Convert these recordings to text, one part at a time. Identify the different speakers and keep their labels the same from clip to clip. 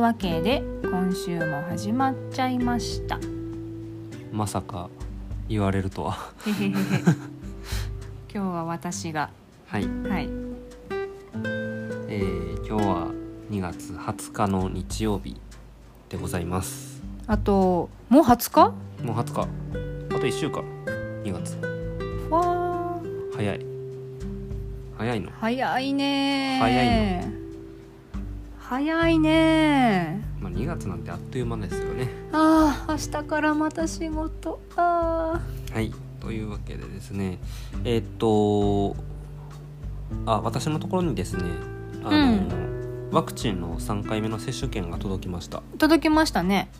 Speaker 1: わけで今週も始まっちゃいま した
Speaker 2: まさか言われるとは
Speaker 1: へへへへ今日は私が
Speaker 2: はい、
Speaker 1: はい
Speaker 2: えー、今日は2月20日の日曜日でございます
Speaker 1: あともう20日
Speaker 2: もう20日あと1週間2月
Speaker 1: わー
Speaker 2: 早い早いの
Speaker 1: 早いねー
Speaker 2: 早
Speaker 1: 早いねー
Speaker 2: まあ、2月なんてあっという間ですよね
Speaker 1: あー明日からまた仕事あ
Speaker 2: はいというわけでですねえーっとあ私のところにですねあの、ワクチンの3回目の接種券が届きました
Speaker 1: ー届きましたね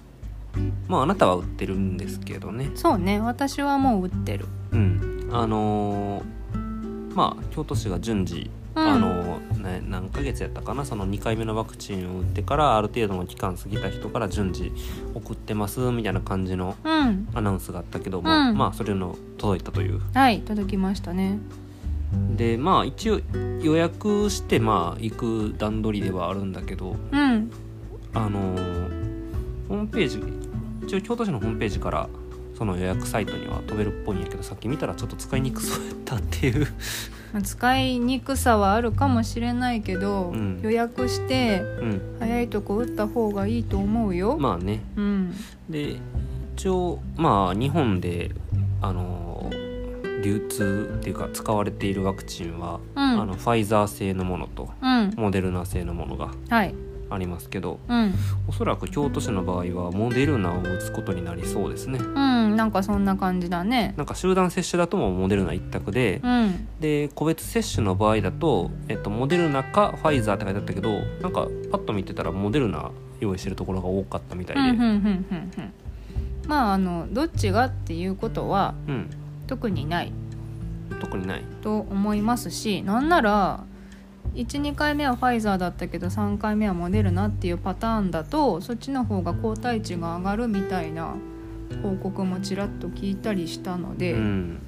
Speaker 2: まああなたは売ってるんですけどね
Speaker 1: そうね私はもう打ってる
Speaker 2: うんあのーまあ京都市が順次、
Speaker 1: うん
Speaker 2: あのーね、何ヶ月やったかなその2回目のワクチンを打ってからある程度の期間過ぎた人から順次送ってますみたいな感じの
Speaker 1: うん
Speaker 2: アナウンスがあったけども、
Speaker 1: うん
Speaker 2: まあそれの届いたという
Speaker 1: はい届きましたね
Speaker 2: でまあ一応予約してまあ行く段取りではあるんだけど
Speaker 1: うん
Speaker 2: あのーホームページ一応京都市のホームページからその予約サイトには飛べるっぽいんやけどさっき見たらちょっと使いにくそうやったっていう
Speaker 1: まあ使いにくさはあるかもしれないけど、
Speaker 2: うん
Speaker 1: 予約して
Speaker 2: うん
Speaker 1: 早いとこ打った方がいいと思うよ、
Speaker 2: まあね
Speaker 1: うん
Speaker 2: で一応まあ日本であのー流通っていうか使われているワクチンは、
Speaker 1: う
Speaker 2: あ
Speaker 1: ん
Speaker 2: のファイザー製のものと
Speaker 1: うん
Speaker 2: モデルナ製のものが
Speaker 1: はい
Speaker 2: ありますけど
Speaker 1: うん
Speaker 2: おそらく京都市の場合はモデルナを打つことになりそうですね
Speaker 1: うんなんかそんな感じだね
Speaker 2: なんか集団接種だともうモデルナ一択で、
Speaker 1: うん
Speaker 2: で個別接種の場合だと、えっと、モデルナかファイザーって書いてあったけどなんかパッと見てたらモデルナ用意してるところが多かったみたい
Speaker 1: うんう
Speaker 2: で、
Speaker 1: んうんうんうんまああのどっちがっていうことは
Speaker 2: うん
Speaker 1: 特にない
Speaker 2: 特にない
Speaker 1: と思いますしなんなら12回目はファイザーだったけど3回目はモデルナっていうパターンだとそっちの方が抗体値が上がるみたいな報告もちらっと聞いたりしたので、
Speaker 2: うん、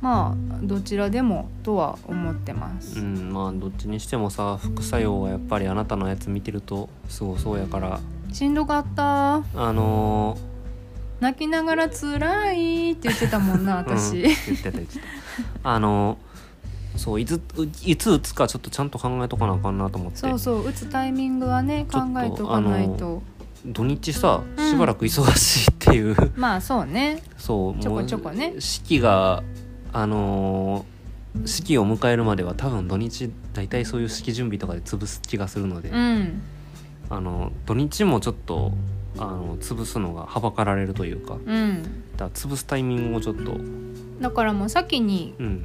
Speaker 1: まあどちらでもとは思ってま
Speaker 2: う
Speaker 1: す。
Speaker 2: ん、まあどっちにしてもさ副作用はやっぱりあなたのやつ見てるとすごそうやから
Speaker 1: しんどかった
Speaker 2: あの
Speaker 1: 泣きながら辛いって言ってたもん な
Speaker 2: ーうん
Speaker 1: 私、
Speaker 2: 言ってた言ってたあのーそういついつ打つかちょっとちゃんと考えとかなあかんなと思って
Speaker 1: そうそう打つタイミングはね
Speaker 2: ち
Speaker 1: 考
Speaker 2: ょっと
Speaker 1: えとかないと
Speaker 2: あ土日さ
Speaker 1: うん
Speaker 2: しばらく忙しいっ ていう、
Speaker 1: まあそうね
Speaker 2: そう
Speaker 1: ちょこちょこね
Speaker 2: もう式があのー式を迎えるまでは多分土日大体そういう式準備とかで潰す気がするので、
Speaker 1: うん
Speaker 2: あの土日もちょっとあの潰すのがはばかられるというか
Speaker 1: うん
Speaker 2: だから潰すタイミングをちょっと、
Speaker 1: だからもう先に
Speaker 2: うん、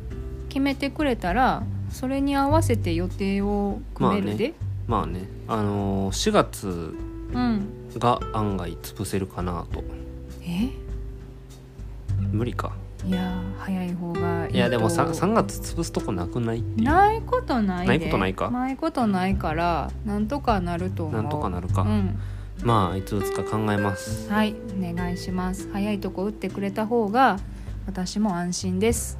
Speaker 1: 決めてくれたらそれに合わせて予定を組めるで、
Speaker 2: まあねあのー4月
Speaker 1: うん
Speaker 2: が案外潰せるかなと
Speaker 1: え
Speaker 2: 無理か
Speaker 1: いやー早い方がいいと
Speaker 2: いやでも 3, 月潰すとこなくないっていう
Speaker 1: ないことないで
Speaker 2: ないことないか
Speaker 1: ないことないからなんとかなると思う
Speaker 2: なんとかなるか、
Speaker 1: うん
Speaker 2: まあいつ打つか考えます
Speaker 1: はいお願いします早いとこ打ってくれた方が私も安心です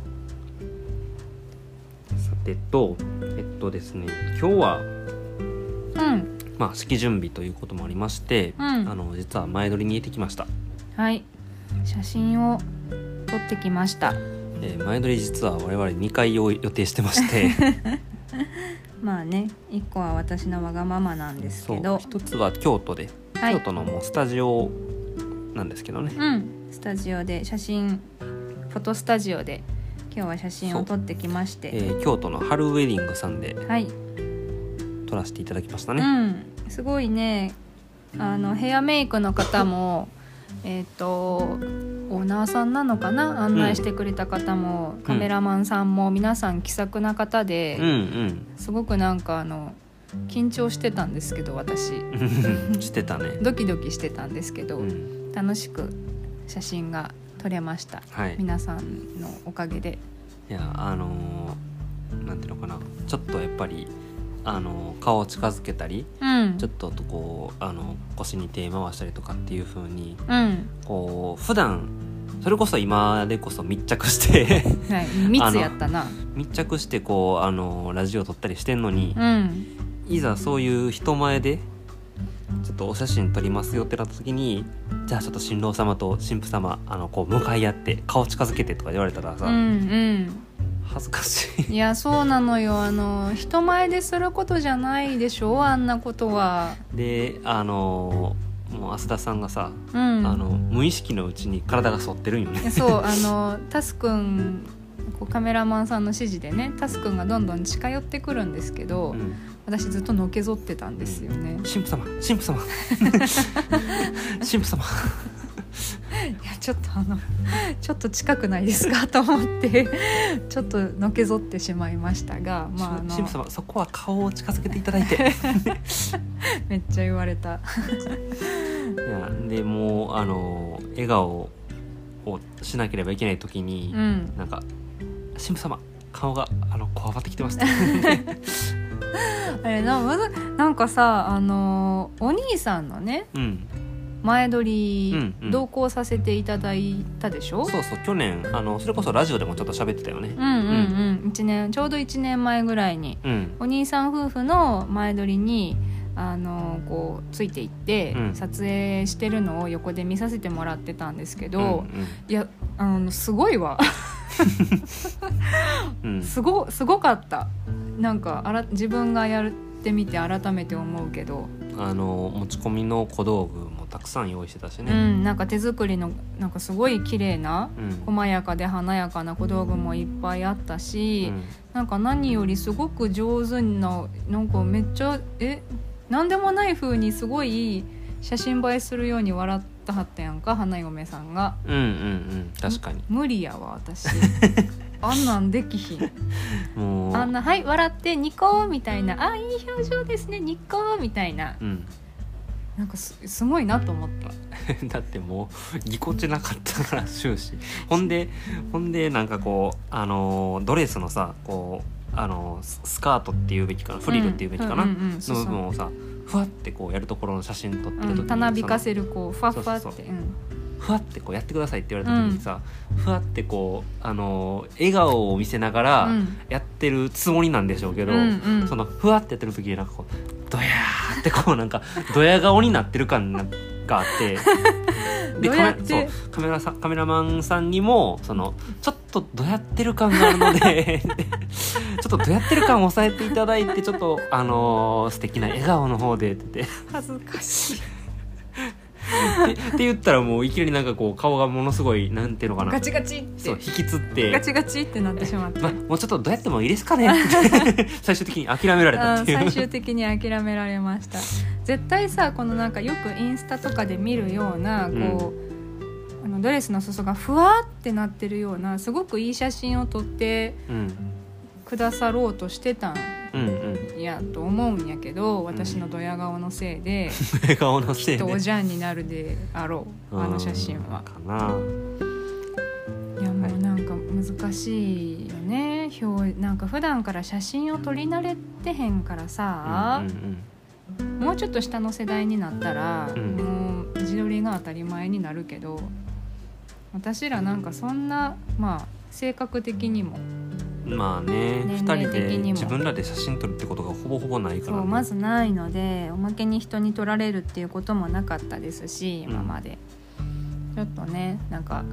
Speaker 2: さてとえっとですね今日は
Speaker 1: うん
Speaker 2: まあ式準備ということもありまして、
Speaker 1: う
Speaker 2: あ
Speaker 1: ん
Speaker 2: の実は前撮りに行ってきました、
Speaker 1: はい写真を撮ってきました
Speaker 2: えー前撮り実は我々2回を予定してまして
Speaker 1: まあね一個は私のわがままなんです
Speaker 2: そ
Speaker 1: け
Speaker 2: う
Speaker 1: ど
Speaker 2: 一つは京都で、
Speaker 1: はい
Speaker 2: 京都のもうスタジオなんですけどね、
Speaker 1: うん、スタジオで写真フォトスタジオで今日は写真を撮ってきまし
Speaker 2: え
Speaker 1: て、
Speaker 2: ー京都の春ウェディングさんで
Speaker 1: はい、
Speaker 2: 撮らせていただきました
Speaker 1: う
Speaker 2: ね、
Speaker 1: ん、すごいねあのヘアメイクの方もえっとオーナーさんなのかな案内してくれた方も、カメラマンさんも皆さん気さくな方で、
Speaker 2: うん、うん
Speaker 1: すごくなんかあの緊張してたんですけど私
Speaker 2: してたね、
Speaker 1: ドキドキしてたんですけど、
Speaker 2: うん、
Speaker 1: 楽しく写真が撮れました
Speaker 2: はいい
Speaker 1: 皆さんのおかげで。
Speaker 2: やあのーなんていうのかなちょっとやっぱりあのー顔を近づけたり
Speaker 1: うん
Speaker 2: ちょっとこうあの腰に手回したりとかっていう風に
Speaker 1: うん
Speaker 2: こう普段それこそ今でこそ密着して
Speaker 1: はい、密やったな。
Speaker 2: 密着してこうあのラジオ撮ったりしてんのに
Speaker 1: う、ん、
Speaker 2: いざそういう人前でちょっとお写真撮りますよってなった時にじゃあちょっと新郎様と新婦様あのこう向かい合って顔近づけてとか言われたらさ、
Speaker 1: うんうん
Speaker 2: 恥ずかしい
Speaker 1: いやそうなのよあの人前ですることじゃないでしょあんなことは
Speaker 2: であのもう浅田さんがさ、
Speaker 1: うん
Speaker 2: あの無意識のうちに体が反ってるんよね
Speaker 1: そうあのタスくんこうカメラマンさんの指示でねタスくんがどんどん近寄ってくるんですけど、
Speaker 2: うん
Speaker 1: 私ずっとのけぞってたんですよね、い
Speaker 2: 神父様神父 様神父様
Speaker 1: やちょっとあのちょっと近くないですかと思ってちょっとのけぞってしまいましたがまああの
Speaker 2: 神父様そこは顔を近づけていただいてい
Speaker 1: めっちゃ言われた
Speaker 2: やでもうあの笑顔をしなければいけない時に、
Speaker 1: うん
Speaker 2: なんか神父様顔があのこわばってきてます ね
Speaker 1: あれなわざなんかさあのお兄さんのね
Speaker 2: うん
Speaker 1: 前撮
Speaker 2: うん
Speaker 1: り
Speaker 2: うん
Speaker 1: 同行させていただいたでしょ、
Speaker 2: そうそう去年あのそれこそラジオでもちょっと喋ってたよね
Speaker 1: うんうんうん1年ちょうど1年前ぐらいに
Speaker 2: うん
Speaker 1: お兄さん夫婦の前撮りにあのこうついていって、
Speaker 2: うん
Speaker 1: 撮影してるのを横で見させてもらってたんですけど、
Speaker 2: ん
Speaker 1: いやあのすごいわ
Speaker 2: うんう ん
Speaker 1: すごすごかったなんかあら自分がやってみて改めて思うけど、
Speaker 2: あの持ち込みの小道具もたくさん用意してたし
Speaker 1: う
Speaker 2: ね
Speaker 1: ん、なんか手作りのなんかすごい綺麗な
Speaker 2: うん
Speaker 1: 細やかで華やかな小道具もいっぱいあったし、
Speaker 2: うん
Speaker 1: なんか何よりすごく上手ななんかめっちゃえなんでもない風にすごい写真映えするように笑ったはったやんか花嫁さんが
Speaker 2: うんうんうん確かに
Speaker 1: 無理やわ私 あんなんできひん
Speaker 2: もう
Speaker 1: あんな「はい笑ってニコ」みたいな「あいい表情ですねニコ」みたいな
Speaker 2: うん
Speaker 1: なんかすすごいなと思った
Speaker 2: だってもうぎこちなかったから終始ほんでほんでなんかこうあのドレスのさこうあのススカートっていうべきかなフリルっていうべきかな、
Speaker 1: うんうんうんそ
Speaker 2: の
Speaker 1: うそ
Speaker 2: 部
Speaker 1: う
Speaker 2: 分をさふわってこうやるところの写真撮ってた時
Speaker 1: う
Speaker 2: に
Speaker 1: んたなびか
Speaker 2: そ
Speaker 1: せるこうふわふわって
Speaker 2: そうそう
Speaker 1: うん
Speaker 2: のふわってこうやってくださいって言われた時にさ、ふわってこうあの笑顔を見せながら
Speaker 1: うん
Speaker 2: やってるつもりなんでしょうけど、
Speaker 1: うんうん
Speaker 2: そのふわってやってる時になんかこうドヤーってこうなんか ドヤ顔になってる感があって。 で
Speaker 1: ど
Speaker 2: カ
Speaker 1: うや
Speaker 2: メ
Speaker 1: って
Speaker 2: そうカメラさんカメラマンさんにもそのちょっとどやってる感があるので ちょっとどやってる感を抑えていただいてちょっとあのー素敵な笑顔の方でって言って
Speaker 1: 恥ずかしい
Speaker 2: でって言ったらもういきなりなんかこう顔がものすごいなんていうのかな
Speaker 1: ガチガチっ
Speaker 2: そう
Speaker 1: て
Speaker 2: 引きつっ
Speaker 1: ガ
Speaker 2: て、
Speaker 1: チガチってなってしまった
Speaker 2: ま、もうちょっとどうやってもいいですかねって 最終的に諦められた
Speaker 1: う
Speaker 2: っ
Speaker 1: ん
Speaker 2: ていう
Speaker 1: 最終的に諦められました絶対さこのなんかよくインスタとかで見るようなこう、あのドレスの裾がふわってなってるようなすごくいい写真を撮って
Speaker 2: うん
Speaker 1: くださろうとしてたん
Speaker 2: うんうん
Speaker 1: やと思うんやけど私のドヤ顔のせい で、
Speaker 2: 笑顔のせい
Speaker 1: きっと
Speaker 2: で
Speaker 1: おじゃんになるであろうあの写真は
Speaker 2: うん。かない
Speaker 1: やもうなんか難しいよね表なんか普段から写真を撮り慣れてへんからさ。
Speaker 2: うんうん
Speaker 1: もうちょっと下の世代になったら、
Speaker 2: うん
Speaker 1: もう自撮りが当たり前になるけど私らなんかそんなまあ性格的にも
Speaker 2: うんまあね
Speaker 1: 年
Speaker 2: 二
Speaker 1: 齢
Speaker 2: 人
Speaker 1: 的
Speaker 2: で
Speaker 1: にも
Speaker 2: 自分らで写真撮るってことがほぼほぼないか
Speaker 1: そ
Speaker 2: らね
Speaker 1: うまずないのでおまけに人に撮られるっていうこともなかったですし
Speaker 2: うん
Speaker 1: 今まで、ちょっとねなんか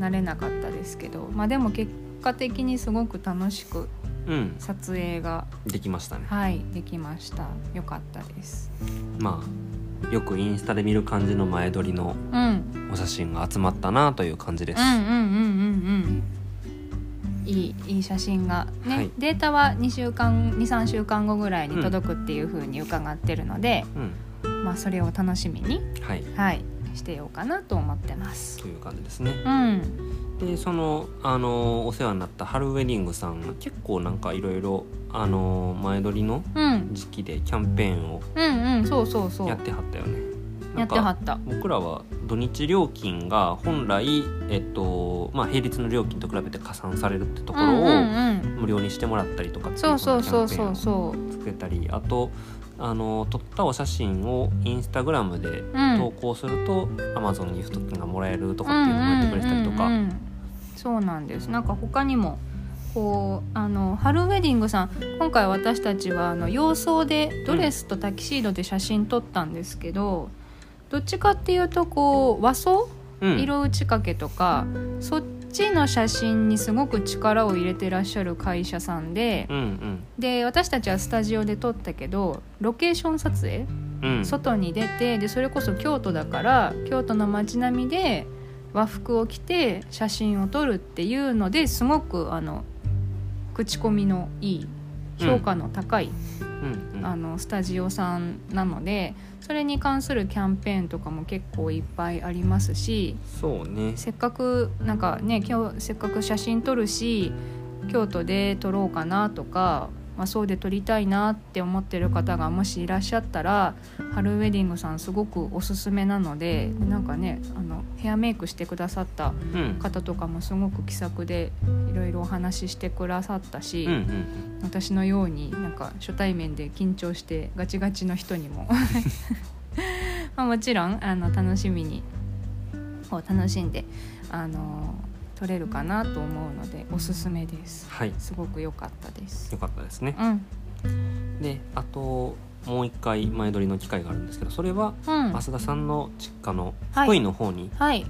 Speaker 1: 慣れなかったですけどまあでも結果的にすごく楽しく
Speaker 2: うん
Speaker 1: 撮影が
Speaker 2: できましたね
Speaker 1: はいできましたよかったです
Speaker 2: まあよくインスタで見る感じの前撮りの
Speaker 1: うんうん
Speaker 2: お写真が集まったなという感じです、
Speaker 1: うんうんうんうんいいいい写真がね、
Speaker 2: はい
Speaker 1: データは2週間23週間後ぐらいに届くっていう風に伺ってるので、
Speaker 2: うん
Speaker 1: まあそれを楽しみに
Speaker 2: はい
Speaker 1: はいしてようかなと思ってます
Speaker 2: という感じですね
Speaker 1: うん
Speaker 2: でそのあのお世話になったハルウェディングさんが結構なんかいろいろあの前撮りの
Speaker 1: うん
Speaker 2: 時期でキャンペーンを
Speaker 1: うんうんそうそうそう
Speaker 2: や
Speaker 1: や
Speaker 2: ってはったよねなん
Speaker 1: っては
Speaker 2: か
Speaker 1: った
Speaker 2: 僕らは土日料金が本来、えっとまあ、平日の料金と比べて加算されるってところを、
Speaker 1: うんうんうん
Speaker 2: 無料にしてもらったりとかってい
Speaker 1: そうそうそう
Speaker 2: こ
Speaker 1: そう
Speaker 2: のキャンペーンを
Speaker 1: そう
Speaker 2: 作れたりあとあの撮ったお写真をインスタグラムで
Speaker 1: うん
Speaker 2: 投稿すると、Amazon ギフト券がもらえるとかっていうのもやってくれたりとか、
Speaker 1: うんうんうんうんそうなんですなんか他にもこうあの春ウェディングさん今回私たちはあの洋装でドレスとタキシードで写真撮ったんですけど、どっちかっていうとこう和装
Speaker 2: うん、
Speaker 1: 色打ち掛けとか、そっちの写真にすごく力を入れてらっしゃる会社さんで、
Speaker 2: うん
Speaker 1: で私たちはスタジオで撮ったけどロケーション撮影、
Speaker 2: うんうん
Speaker 1: 外に出てでそれこそ京都だから京都の街並みで和服を着て写真を撮るっていうのですごくあの口コミのいい評価の高い、
Speaker 2: うんうん
Speaker 1: あのスタジオさんなのでそれに関するキャンペーンとかも結構いっぱいありますし
Speaker 2: そうね
Speaker 1: せっかくなんかね今日せっかく写真撮るし京都で撮ろうかなとか、まあ、そうで撮りたいなって思ってる方がもしいらっしゃったら春ウェディングさんすごくおすすめなのでなんかねあのヘアメイクしてくださった
Speaker 2: うん
Speaker 1: 方とかもすごく気さくでいろいろお話ししてくださったし、
Speaker 2: うんうん
Speaker 1: 私のようになんか初対面で緊張してガチガチの人にも まあもちろんあの楽しみにこう楽しんであの撮れるかなと思うのでおすすめです
Speaker 2: はい
Speaker 1: すごく良かったです
Speaker 2: よかったですね
Speaker 1: うん
Speaker 2: であともう一回前撮りの機会があるんですけどそれは
Speaker 1: うん
Speaker 2: 増田さんの実家の
Speaker 1: はい
Speaker 2: 福井の方に
Speaker 1: はい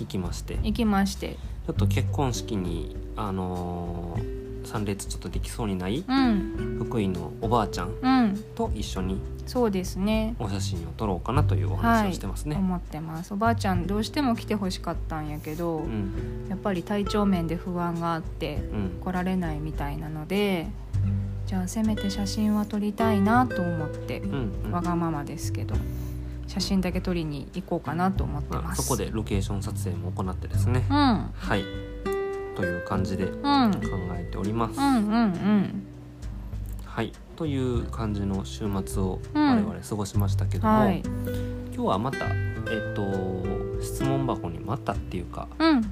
Speaker 2: 行きまして、ち
Speaker 1: 行きまして
Speaker 2: ょっと結婚式にあのー参列ちょっとできそうにない
Speaker 1: うん
Speaker 2: 福井のおばあちゃん
Speaker 1: うん
Speaker 2: と一緒に
Speaker 1: そうですね
Speaker 2: お写真を撮ろうかなというお話をしてますね。
Speaker 1: 思ってますおばあちゃんどうしても来てほしかったんやけど、
Speaker 2: うん
Speaker 1: やっぱり体調面で不安があって
Speaker 2: うん
Speaker 1: 来られないみたいなのでじゃあせめて写真は撮りたいなと思って、
Speaker 2: うんうん
Speaker 1: わがままですけど写真だけ撮りに行こうかなと思って
Speaker 2: ま
Speaker 1: ま
Speaker 2: あ
Speaker 1: す
Speaker 2: そこでロケーション撮影も行ってですね、
Speaker 1: うんうん
Speaker 2: はいという感じで考
Speaker 1: うん
Speaker 2: えております。
Speaker 1: うんうん
Speaker 2: はいという感じの週末を
Speaker 1: うん
Speaker 2: 我々過ごしましたけども、
Speaker 1: はい
Speaker 2: 今日はまた、えっと質問箱にまたっていうか
Speaker 1: うん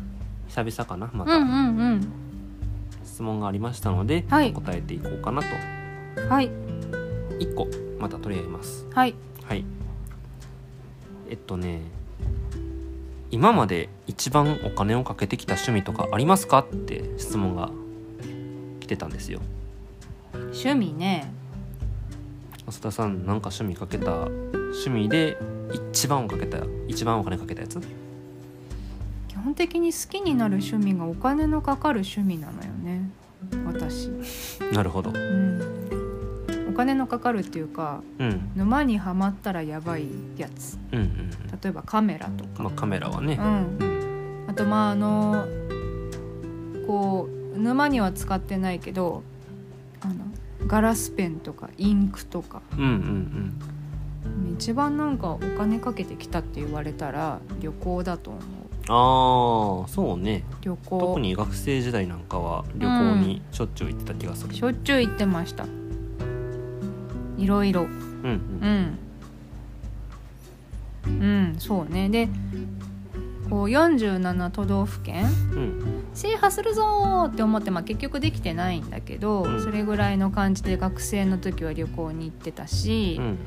Speaker 2: 久々かなま
Speaker 1: うん
Speaker 2: た
Speaker 1: うん
Speaker 2: 質問がありましたので、
Speaker 1: はい
Speaker 2: 答えていこうかなと
Speaker 1: うんはい
Speaker 2: 1個また取り上げます
Speaker 1: はい
Speaker 2: はいえっとね今まで一番お金をかけてきた趣味とかありますかって質問が来てたんですよ
Speaker 1: 趣味ね
Speaker 2: 浅田さんなんか趣味かけた趣味で一番をかけた一番お金かけたやつ
Speaker 1: 基本的に好きになる趣味がお金のかかる趣味なのよね私、
Speaker 2: なるほど
Speaker 1: うん、お金のかかるっていうか
Speaker 2: うんうん
Speaker 1: 沼にはまったらやばいやつ
Speaker 2: うんうん
Speaker 1: 例えばカメラとか、
Speaker 2: まあカメラはね
Speaker 1: うん、
Speaker 2: うん
Speaker 1: あとまああのこう沼には使ってないけどあのガラスペンとかインクとか
Speaker 2: うんうん
Speaker 1: 一番なんかお金かけてきたって言われたら旅行だと思う
Speaker 2: うんああそうね
Speaker 1: 旅
Speaker 2: 特
Speaker 1: 行
Speaker 2: に学生時代なんかは旅行にしょっちゅう行ってた気がする、
Speaker 1: しょっちゅう行ってましたいろいろ
Speaker 2: うんうん
Speaker 1: うんうんそうねでこう47都道府県
Speaker 2: うん
Speaker 1: 制覇するぞーって思って、まあ、結局できてないんだけど、
Speaker 2: うん
Speaker 1: それぐらいの感じで学生の時は旅行に行ってたし、
Speaker 2: うん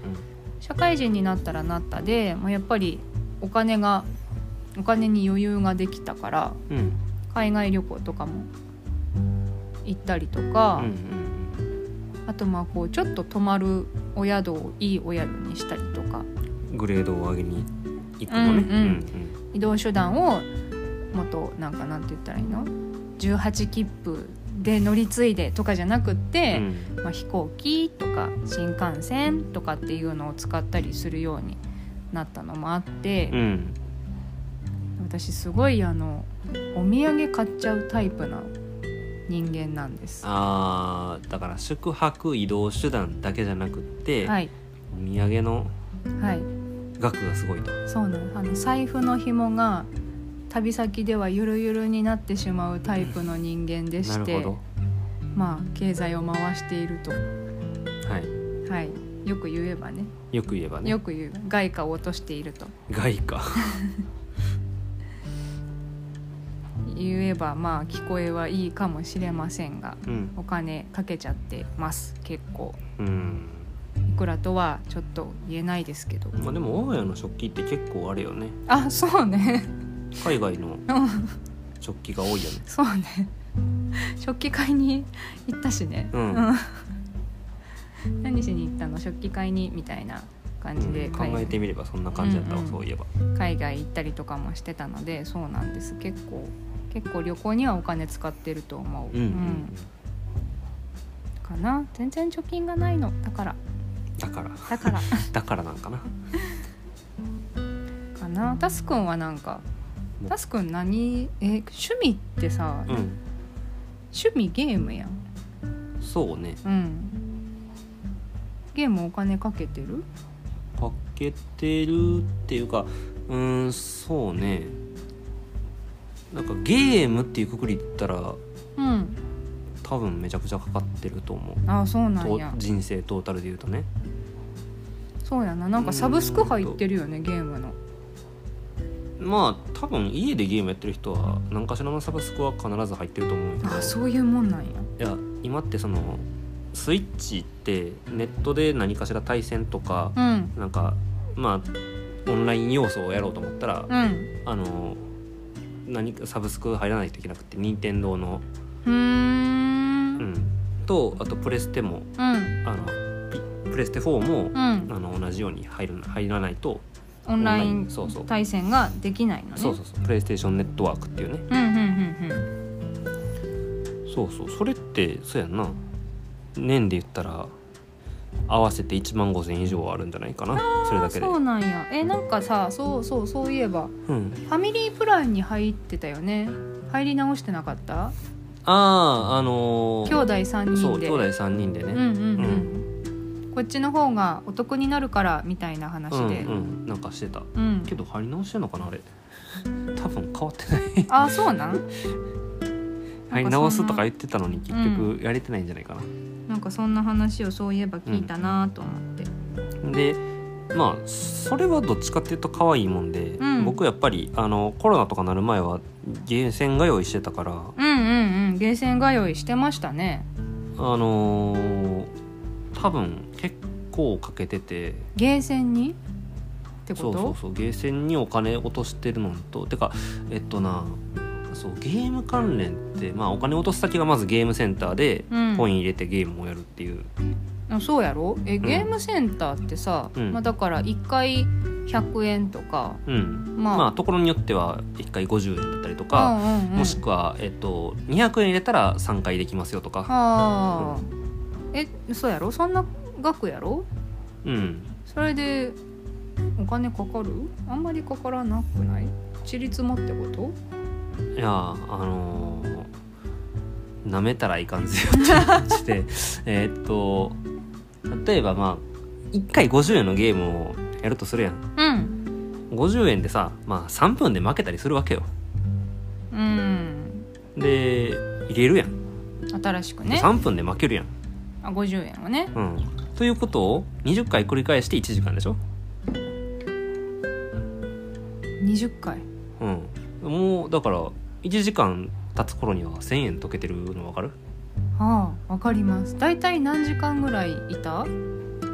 Speaker 1: 社会人になったらなったでもうやっぱりお金がお金に余裕ができたから
Speaker 2: うんうん
Speaker 1: 海外旅行とかも行ったりと
Speaker 2: う
Speaker 1: か、
Speaker 2: んうん
Speaker 1: あとまあこうちょっと泊まるお宿をいいお宿にしたりとか
Speaker 2: うんグレードを上げに行く
Speaker 1: う
Speaker 2: のね
Speaker 1: ん
Speaker 2: う
Speaker 1: うん
Speaker 2: ん
Speaker 1: 移動手段をもっとなんかなんて言ったらいいの ?18 切符で乗り継いでとかじゃなくって。
Speaker 2: うん
Speaker 1: まあ、飛行機とか新幹線とかっていうのを使ったりするようになったのもあって、
Speaker 2: うん
Speaker 1: 私すごいあのお土産買っちゃうタイプな人間なんです。は
Speaker 2: あーだから宿泊移動手段だけじゃなくって、
Speaker 1: い、
Speaker 2: お土産の
Speaker 1: はい、
Speaker 2: 額がすごいと
Speaker 1: そうなのあの財布の紐が旅先ではゆるゆるになってしまうタイプの人間で
Speaker 2: な
Speaker 1: し
Speaker 2: る
Speaker 1: て
Speaker 2: ほ
Speaker 1: まあ経済を回していると、
Speaker 2: ど、はい、
Speaker 1: はい、よく言えばね
Speaker 2: よく言えばね
Speaker 1: よく言う外貨を落としていると
Speaker 2: 外貨
Speaker 1: 言えばまあ聞こえはいいかもしれませんが
Speaker 2: うん
Speaker 1: お金かけちゃってます結構
Speaker 2: うん
Speaker 1: いくらとはちょっと言えないですけど
Speaker 2: まあでも我が家の食器って結構あれよね
Speaker 1: あそうね
Speaker 2: 海外の食器が多いよね
Speaker 1: そうね食器買いに行ったしね、
Speaker 2: うん
Speaker 1: うん 何しに行ったの食器買いにみたいな感じで
Speaker 2: うん考えてみればそんな感じだったわ、
Speaker 1: うんうん
Speaker 2: そういえば
Speaker 1: 海外行ったりとかもしてたのでそうなんです結構結構旅行にはお金使ってると思う、
Speaker 2: うん、うん
Speaker 1: うんかな全然貯金がないのだから
Speaker 2: だから
Speaker 1: だ から
Speaker 2: だからなんかな
Speaker 1: かなタスくんはなんかタスくん何え趣味ってさ、
Speaker 2: うん
Speaker 1: 趣味ゲームやん
Speaker 2: そうね
Speaker 1: うんゲームお金かけてる
Speaker 2: かけてるっていうかうーんそうねなんかゲームっていうくくりで言ったら
Speaker 1: うん
Speaker 2: 多分めちゃくちゃかかってると思う
Speaker 1: あそうなん
Speaker 2: と
Speaker 1: や
Speaker 2: 人生トータルで言うとね
Speaker 1: そうやななんかサブスク入ってるよねゲームの
Speaker 2: まあ多分家でゲームやってる人は何かしらのサブスクは必ず入ってると思うんやけど
Speaker 1: あそういうもんなんや
Speaker 2: いや今ってそのスイッチってネットで何かしら対戦とか、
Speaker 1: うん
Speaker 2: なんかまあオンライン要素をやろうと思ったら、
Speaker 1: うん
Speaker 2: あの何かサブスク入らないといけなくて任天堂の、
Speaker 1: うー
Speaker 2: うんん、とあとプレステも
Speaker 1: うん
Speaker 2: あのピプレステ4も、
Speaker 1: うん
Speaker 2: あの同じように入る入らないと
Speaker 1: オンライン
Speaker 2: そうそう
Speaker 1: 対戦ができないのね
Speaker 2: そうそうそうプレイステーションネットワークっていうね
Speaker 1: うんうんうんうん
Speaker 2: そうそうそれってそうやんな年で言ったら合わせて1万5,000以上あるんじゃないかなそれだけで
Speaker 1: そうなんやえなんかさそうそうそういえば
Speaker 2: うん、
Speaker 1: ファミリープランに入ってたよね入り直してなかった
Speaker 2: あああのー
Speaker 1: 兄弟3
Speaker 2: そ
Speaker 1: 人
Speaker 2: う
Speaker 1: で
Speaker 2: 兄弟3人でね、
Speaker 1: うんうんうん、こっちの方がお得になるからみたいな話
Speaker 2: うん
Speaker 1: で、
Speaker 2: う
Speaker 1: うん
Speaker 2: んなんかしてたけど貼り直してんの かなあれ多分変わってない
Speaker 1: あそう なん
Speaker 2: 貼り直すとか言ってたのに結
Speaker 1: う
Speaker 2: 局やれてないんじゃないかな、
Speaker 1: なんかそんな話をそういえば聞いたなと思って、
Speaker 2: でまあそれはどっちかっていうと可愛いもんで、
Speaker 1: ん
Speaker 2: 僕やっぱりあのコロナとかなる前はゲーセンが用意してたから
Speaker 1: うん、うんうんゲーセン通いしてましたね
Speaker 2: あのー多分結構かけてて
Speaker 1: ゲーセンにってこ
Speaker 2: そ
Speaker 1: と
Speaker 2: うそうそうゲーセンにお金落としてるのとてかえっとなそうゲーム関連って、まあ、お金落とす先がまずゲームセンターで
Speaker 1: うん
Speaker 2: コイン入れてゲームをやるっていう、
Speaker 1: あそうやろえゲームセンターってさ、
Speaker 2: うん
Speaker 1: まあ、だから1回100円とか
Speaker 2: うん
Speaker 1: まあ、
Speaker 2: まあところによっては1回50円だったりとか、
Speaker 1: うんうんうん、
Speaker 2: もしくは、えっと、200円入れたら3回できますよとか、
Speaker 1: はあ、えそうやろそんな額やろ
Speaker 2: うん、
Speaker 1: それでお金かかるあんまりかからなくない一律もってこと
Speaker 2: いやあのなめたらいかんぜよって感 じでえーっと例えばまあ1回50円のゲームをやるとするやん
Speaker 1: うん
Speaker 2: 50円でさまあ3分で負けたりするわけよ
Speaker 1: うん
Speaker 2: で入れるやん、
Speaker 1: 新しくね
Speaker 2: 3分で負けるやん、
Speaker 1: あ50円をね
Speaker 2: うん、ということを20回繰り返して1時間でしょ、
Speaker 1: 20回
Speaker 2: うん、もうだから1時間経つ頃には1000円溶けてるの分かる
Speaker 1: ああわかります大体何時間ぐらいいた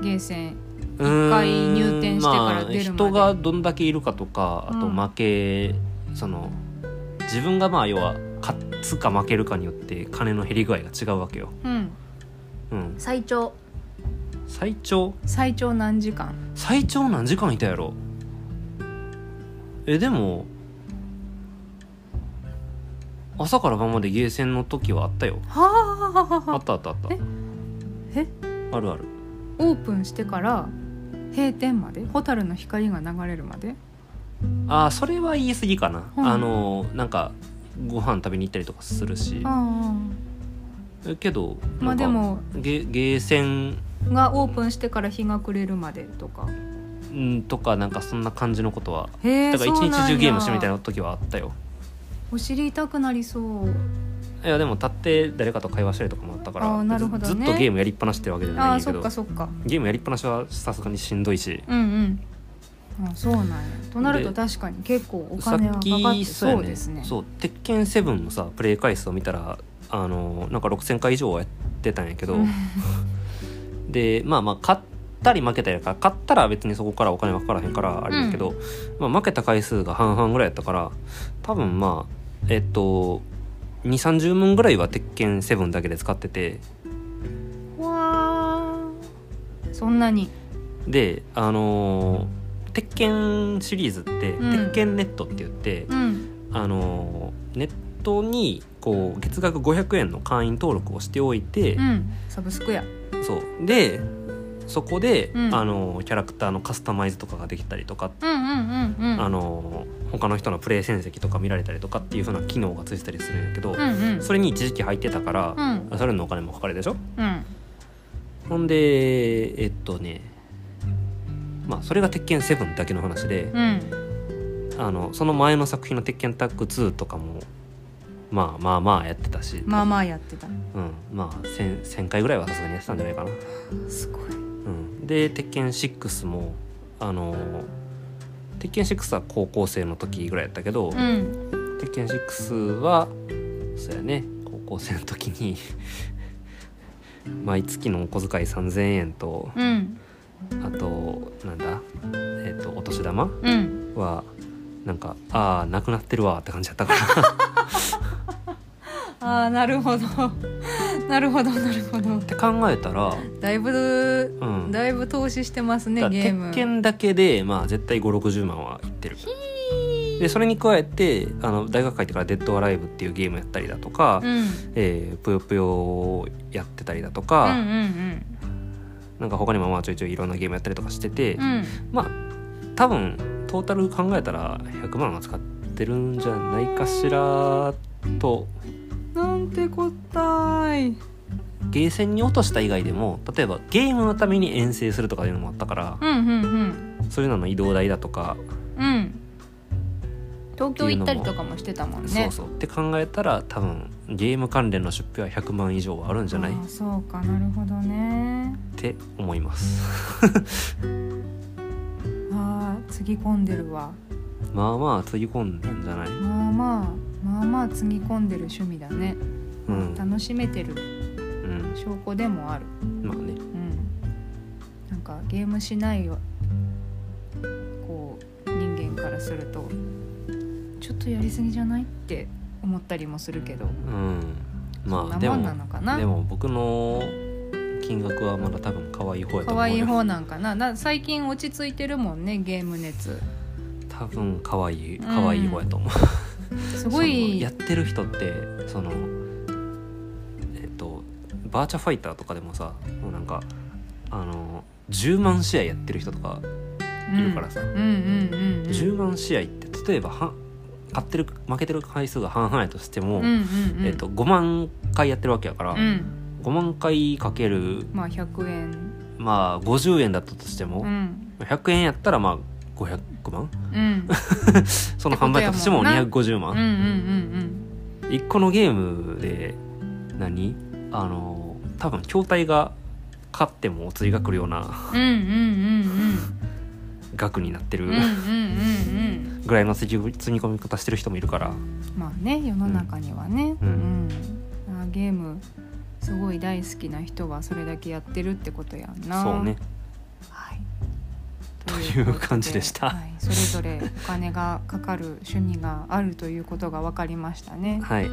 Speaker 1: ゲーセン
Speaker 2: うーん
Speaker 1: 一回入店してから出るまで
Speaker 2: あ、人がどんだけいるかとかあと
Speaker 1: うん
Speaker 2: 負け、その自分がまあ要は勝つか負けるかによって金の減り具合が違うわけよ、
Speaker 1: うん
Speaker 2: うん、
Speaker 1: 最長
Speaker 2: 最長
Speaker 1: 最長何時間
Speaker 2: 最長何時間いたやろえでも朝から晩までゲーセンの時はあったよ
Speaker 1: はあはあはあ
Speaker 2: あ
Speaker 1: は
Speaker 2: ったあったあった
Speaker 1: ええ
Speaker 2: あるある
Speaker 1: オープンしてから閉店まで蛍の光が流れるまで
Speaker 2: あーそれは言い過ぎかな、
Speaker 1: うん
Speaker 2: あのなんかご飯食べに行ったりとかするし
Speaker 1: あ
Speaker 2: えけど
Speaker 1: あま
Speaker 2: な
Speaker 1: あ
Speaker 2: ん
Speaker 1: で
Speaker 2: か
Speaker 1: も
Speaker 2: ゲゲーセン
Speaker 1: がオープンしてから日が暮れるまでとか
Speaker 2: うんとかなんかそんな感じのことは
Speaker 1: へえ
Speaker 2: だから一日中ゲームしてるみたい
Speaker 1: な
Speaker 2: な時はあったよ
Speaker 1: お尻痛くなりそう
Speaker 2: いやでも立って誰かと会話したりとかもあったか
Speaker 1: あー
Speaker 2: ら
Speaker 1: なるほどね
Speaker 2: ずずっとゲームやりっぱなしってわけじゃないん
Speaker 1: あ
Speaker 2: や
Speaker 1: あ
Speaker 2: け
Speaker 1: そっ
Speaker 2: ど
Speaker 1: かそっか
Speaker 2: ゲームやりっぱなしはさすがにしんどいし
Speaker 1: うんうんあそうなんやとなると
Speaker 2: で
Speaker 1: 確かに結構お
Speaker 2: さ
Speaker 1: 金は
Speaker 2: っ
Speaker 1: かかっ
Speaker 2: き
Speaker 1: て
Speaker 2: そうや
Speaker 1: そう
Speaker 2: ね
Speaker 1: ですね
Speaker 2: そう鉄拳セブンのさプレイ回数を見たらあのなんか6,000回以上はやってたん やけど
Speaker 1: うん
Speaker 2: でまあまあ勝ったり負けたりやから勝ったら別にそこからお金はかからへんからあれだけど、まあ、負けた回数が半々ぐらいやったから多分まあえっと2 3 0万ぐらいは鉄拳7だけで使ってて
Speaker 1: わーそんなに
Speaker 2: であのー鉄拳シリーズって、
Speaker 1: うん
Speaker 2: 鉄拳ネットって言って、
Speaker 1: うん
Speaker 2: あのーネットにこう月額500円の会員登録をしておいて
Speaker 1: う、んサブスクや
Speaker 2: そうでそこで、
Speaker 1: うん
Speaker 2: あのーキャラクターのカスタマイズとかができたりとか、
Speaker 1: うんうんうんうん
Speaker 2: あのー他の人のプレイ戦績とか見られたりとかっていう風な機能がついてたりするんやけど、
Speaker 1: うんうん
Speaker 2: それに一時期入ってたから
Speaker 1: う、ん
Speaker 2: それのお金もかかるでしょ
Speaker 1: うん
Speaker 2: ほんでえっとねまあそれが鉄拳7だけの話で、
Speaker 1: うん
Speaker 2: あのその前の作品の「鉄拳タッグ2」とかもまあまあまあやってたし
Speaker 1: まあまあやってた
Speaker 2: うん、まあ 1000, 1000回ぐらいはさすがにやってたんじゃないかな、
Speaker 1: すごい
Speaker 2: うん、で「鉄拳6」もあの鉄拳6は高校生の時ぐらいやったけど、
Speaker 1: うん
Speaker 2: 鉄拳6はそうやね高校生の時に 毎月のお小遣い3,000円と
Speaker 1: うん
Speaker 2: あとなんだえっ、とお年玉
Speaker 1: うん
Speaker 2: はなんかああなくなってるわって感じだったから っ
Speaker 1: ああなるほど なるほどなるほど
Speaker 2: て考えたら、
Speaker 1: だいぶ
Speaker 2: うん、
Speaker 1: だいぶ投資してます
Speaker 2: だ
Speaker 1: ね
Speaker 2: から
Speaker 1: ゲーム
Speaker 2: 鉄拳だけで、まあ、絶対560万はいってるでそれに加えてあの大学入ってから「デッド・アライブ」っていうゲームやったりだとか「
Speaker 1: うん
Speaker 2: えーぷよぷよ」をやってたりだと
Speaker 1: うんう
Speaker 2: か、
Speaker 1: ん
Speaker 2: なんか他にもまあちょいちょいいろんなゲームやったりとかしてて、
Speaker 1: うんうん
Speaker 2: まあ多分トータル考えたら100万は使ってるんじゃないかしらと
Speaker 1: なんてこったい
Speaker 2: ゲーセンに落とした以外でも例えばゲームのために遠征するとかいうのもあったから
Speaker 1: うんうんうん
Speaker 2: そういうのの移動代だとか
Speaker 1: うん東京行ったりとかもしてたもんね
Speaker 2: そうそうって考えたら多分ゲーム関連の出費は100万以上はあるんじゃないっ
Speaker 1: あーそうかなるほどね
Speaker 2: て思います
Speaker 1: あーつぎ込んでるわ
Speaker 2: まあまあつぎ込んだんじゃない
Speaker 1: まあまあまあまあつぎ込んでる趣味だね
Speaker 2: うん、
Speaker 1: 楽しめてる
Speaker 2: うん、
Speaker 1: 証拠でもある
Speaker 2: まあね
Speaker 1: うんなんかゲームしないよこう人間からするとちょっとやりすぎじゃないって思ったりもするけど
Speaker 2: うんま
Speaker 1: そ
Speaker 2: あ
Speaker 1: ん
Speaker 2: で
Speaker 1: なも
Speaker 2: も
Speaker 1: んなのかな
Speaker 2: でも僕の金額はまだ多分可愛い方やと思うよ
Speaker 1: 可愛い方なんかなな最近落ち着いてるもんねゲーム熱
Speaker 2: 多分可愛い
Speaker 1: ん
Speaker 2: 可愛い方やと思う、
Speaker 1: すご
Speaker 2: その
Speaker 1: い
Speaker 2: やってる人ってそのえっとバーチャファイターとかでもさもうなんかあの10万試合やってる人とかいるからさ、
Speaker 1: うんうんうんうん
Speaker 2: 10万試合って例えばは勝ってる負けてる回数が半々やとして
Speaker 1: う
Speaker 2: も、
Speaker 1: んうんうん
Speaker 2: えっと5万回やってるわけやから、
Speaker 1: うん
Speaker 2: 5万回かける
Speaker 1: まあ100円
Speaker 2: まあ50円だったとしても、
Speaker 1: うん
Speaker 2: 100円やったらまあ500万
Speaker 1: うん
Speaker 2: その販売だとしても
Speaker 1: って
Speaker 2: 250
Speaker 1: う
Speaker 2: 万
Speaker 1: んうんうん
Speaker 2: 1個のゲームで何あの多分筐体が勝ってもお釣りが来るよう
Speaker 1: う
Speaker 2: な
Speaker 1: んうんうんうん
Speaker 2: 額になってる
Speaker 1: うんうんうんうん
Speaker 2: ぐらいの積み積み込み方してる人もいるから
Speaker 1: まあね世の中にはね、
Speaker 2: う
Speaker 1: うんんあゲームすごい大好きな人はそれだけやってるってことやんな。
Speaker 2: そうね
Speaker 1: はい、
Speaker 2: と
Speaker 1: と
Speaker 2: いう
Speaker 1: ことで
Speaker 2: 感じでした
Speaker 1: はい、それぞれお金がかかる趣味があるということが分かりましたね。
Speaker 2: はい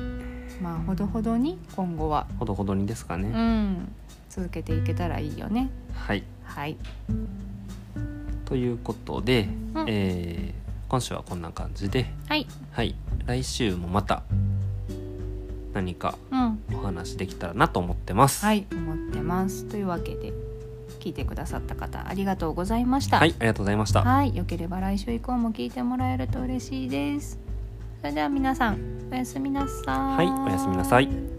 Speaker 1: まあほどほどに今後は、
Speaker 2: ほどほどにですか
Speaker 1: う
Speaker 2: ね
Speaker 1: ん、続けていけたらいいよね。
Speaker 2: はい
Speaker 1: はい、
Speaker 2: ということで、
Speaker 1: うん
Speaker 2: えー今週はこんな感じで
Speaker 1: はい、
Speaker 2: はい来週もまた何か
Speaker 1: うん、
Speaker 2: お話できたらなと思ってます
Speaker 1: はい、思ってます。というわけで聞いてくださった方ありがとうございました。
Speaker 2: はい、ありがとうございました
Speaker 1: はい、良ければ来週以降も聞いてもらえると嬉しいです。それでは皆さん、おやすみなさい。
Speaker 2: はいおやすみなさい。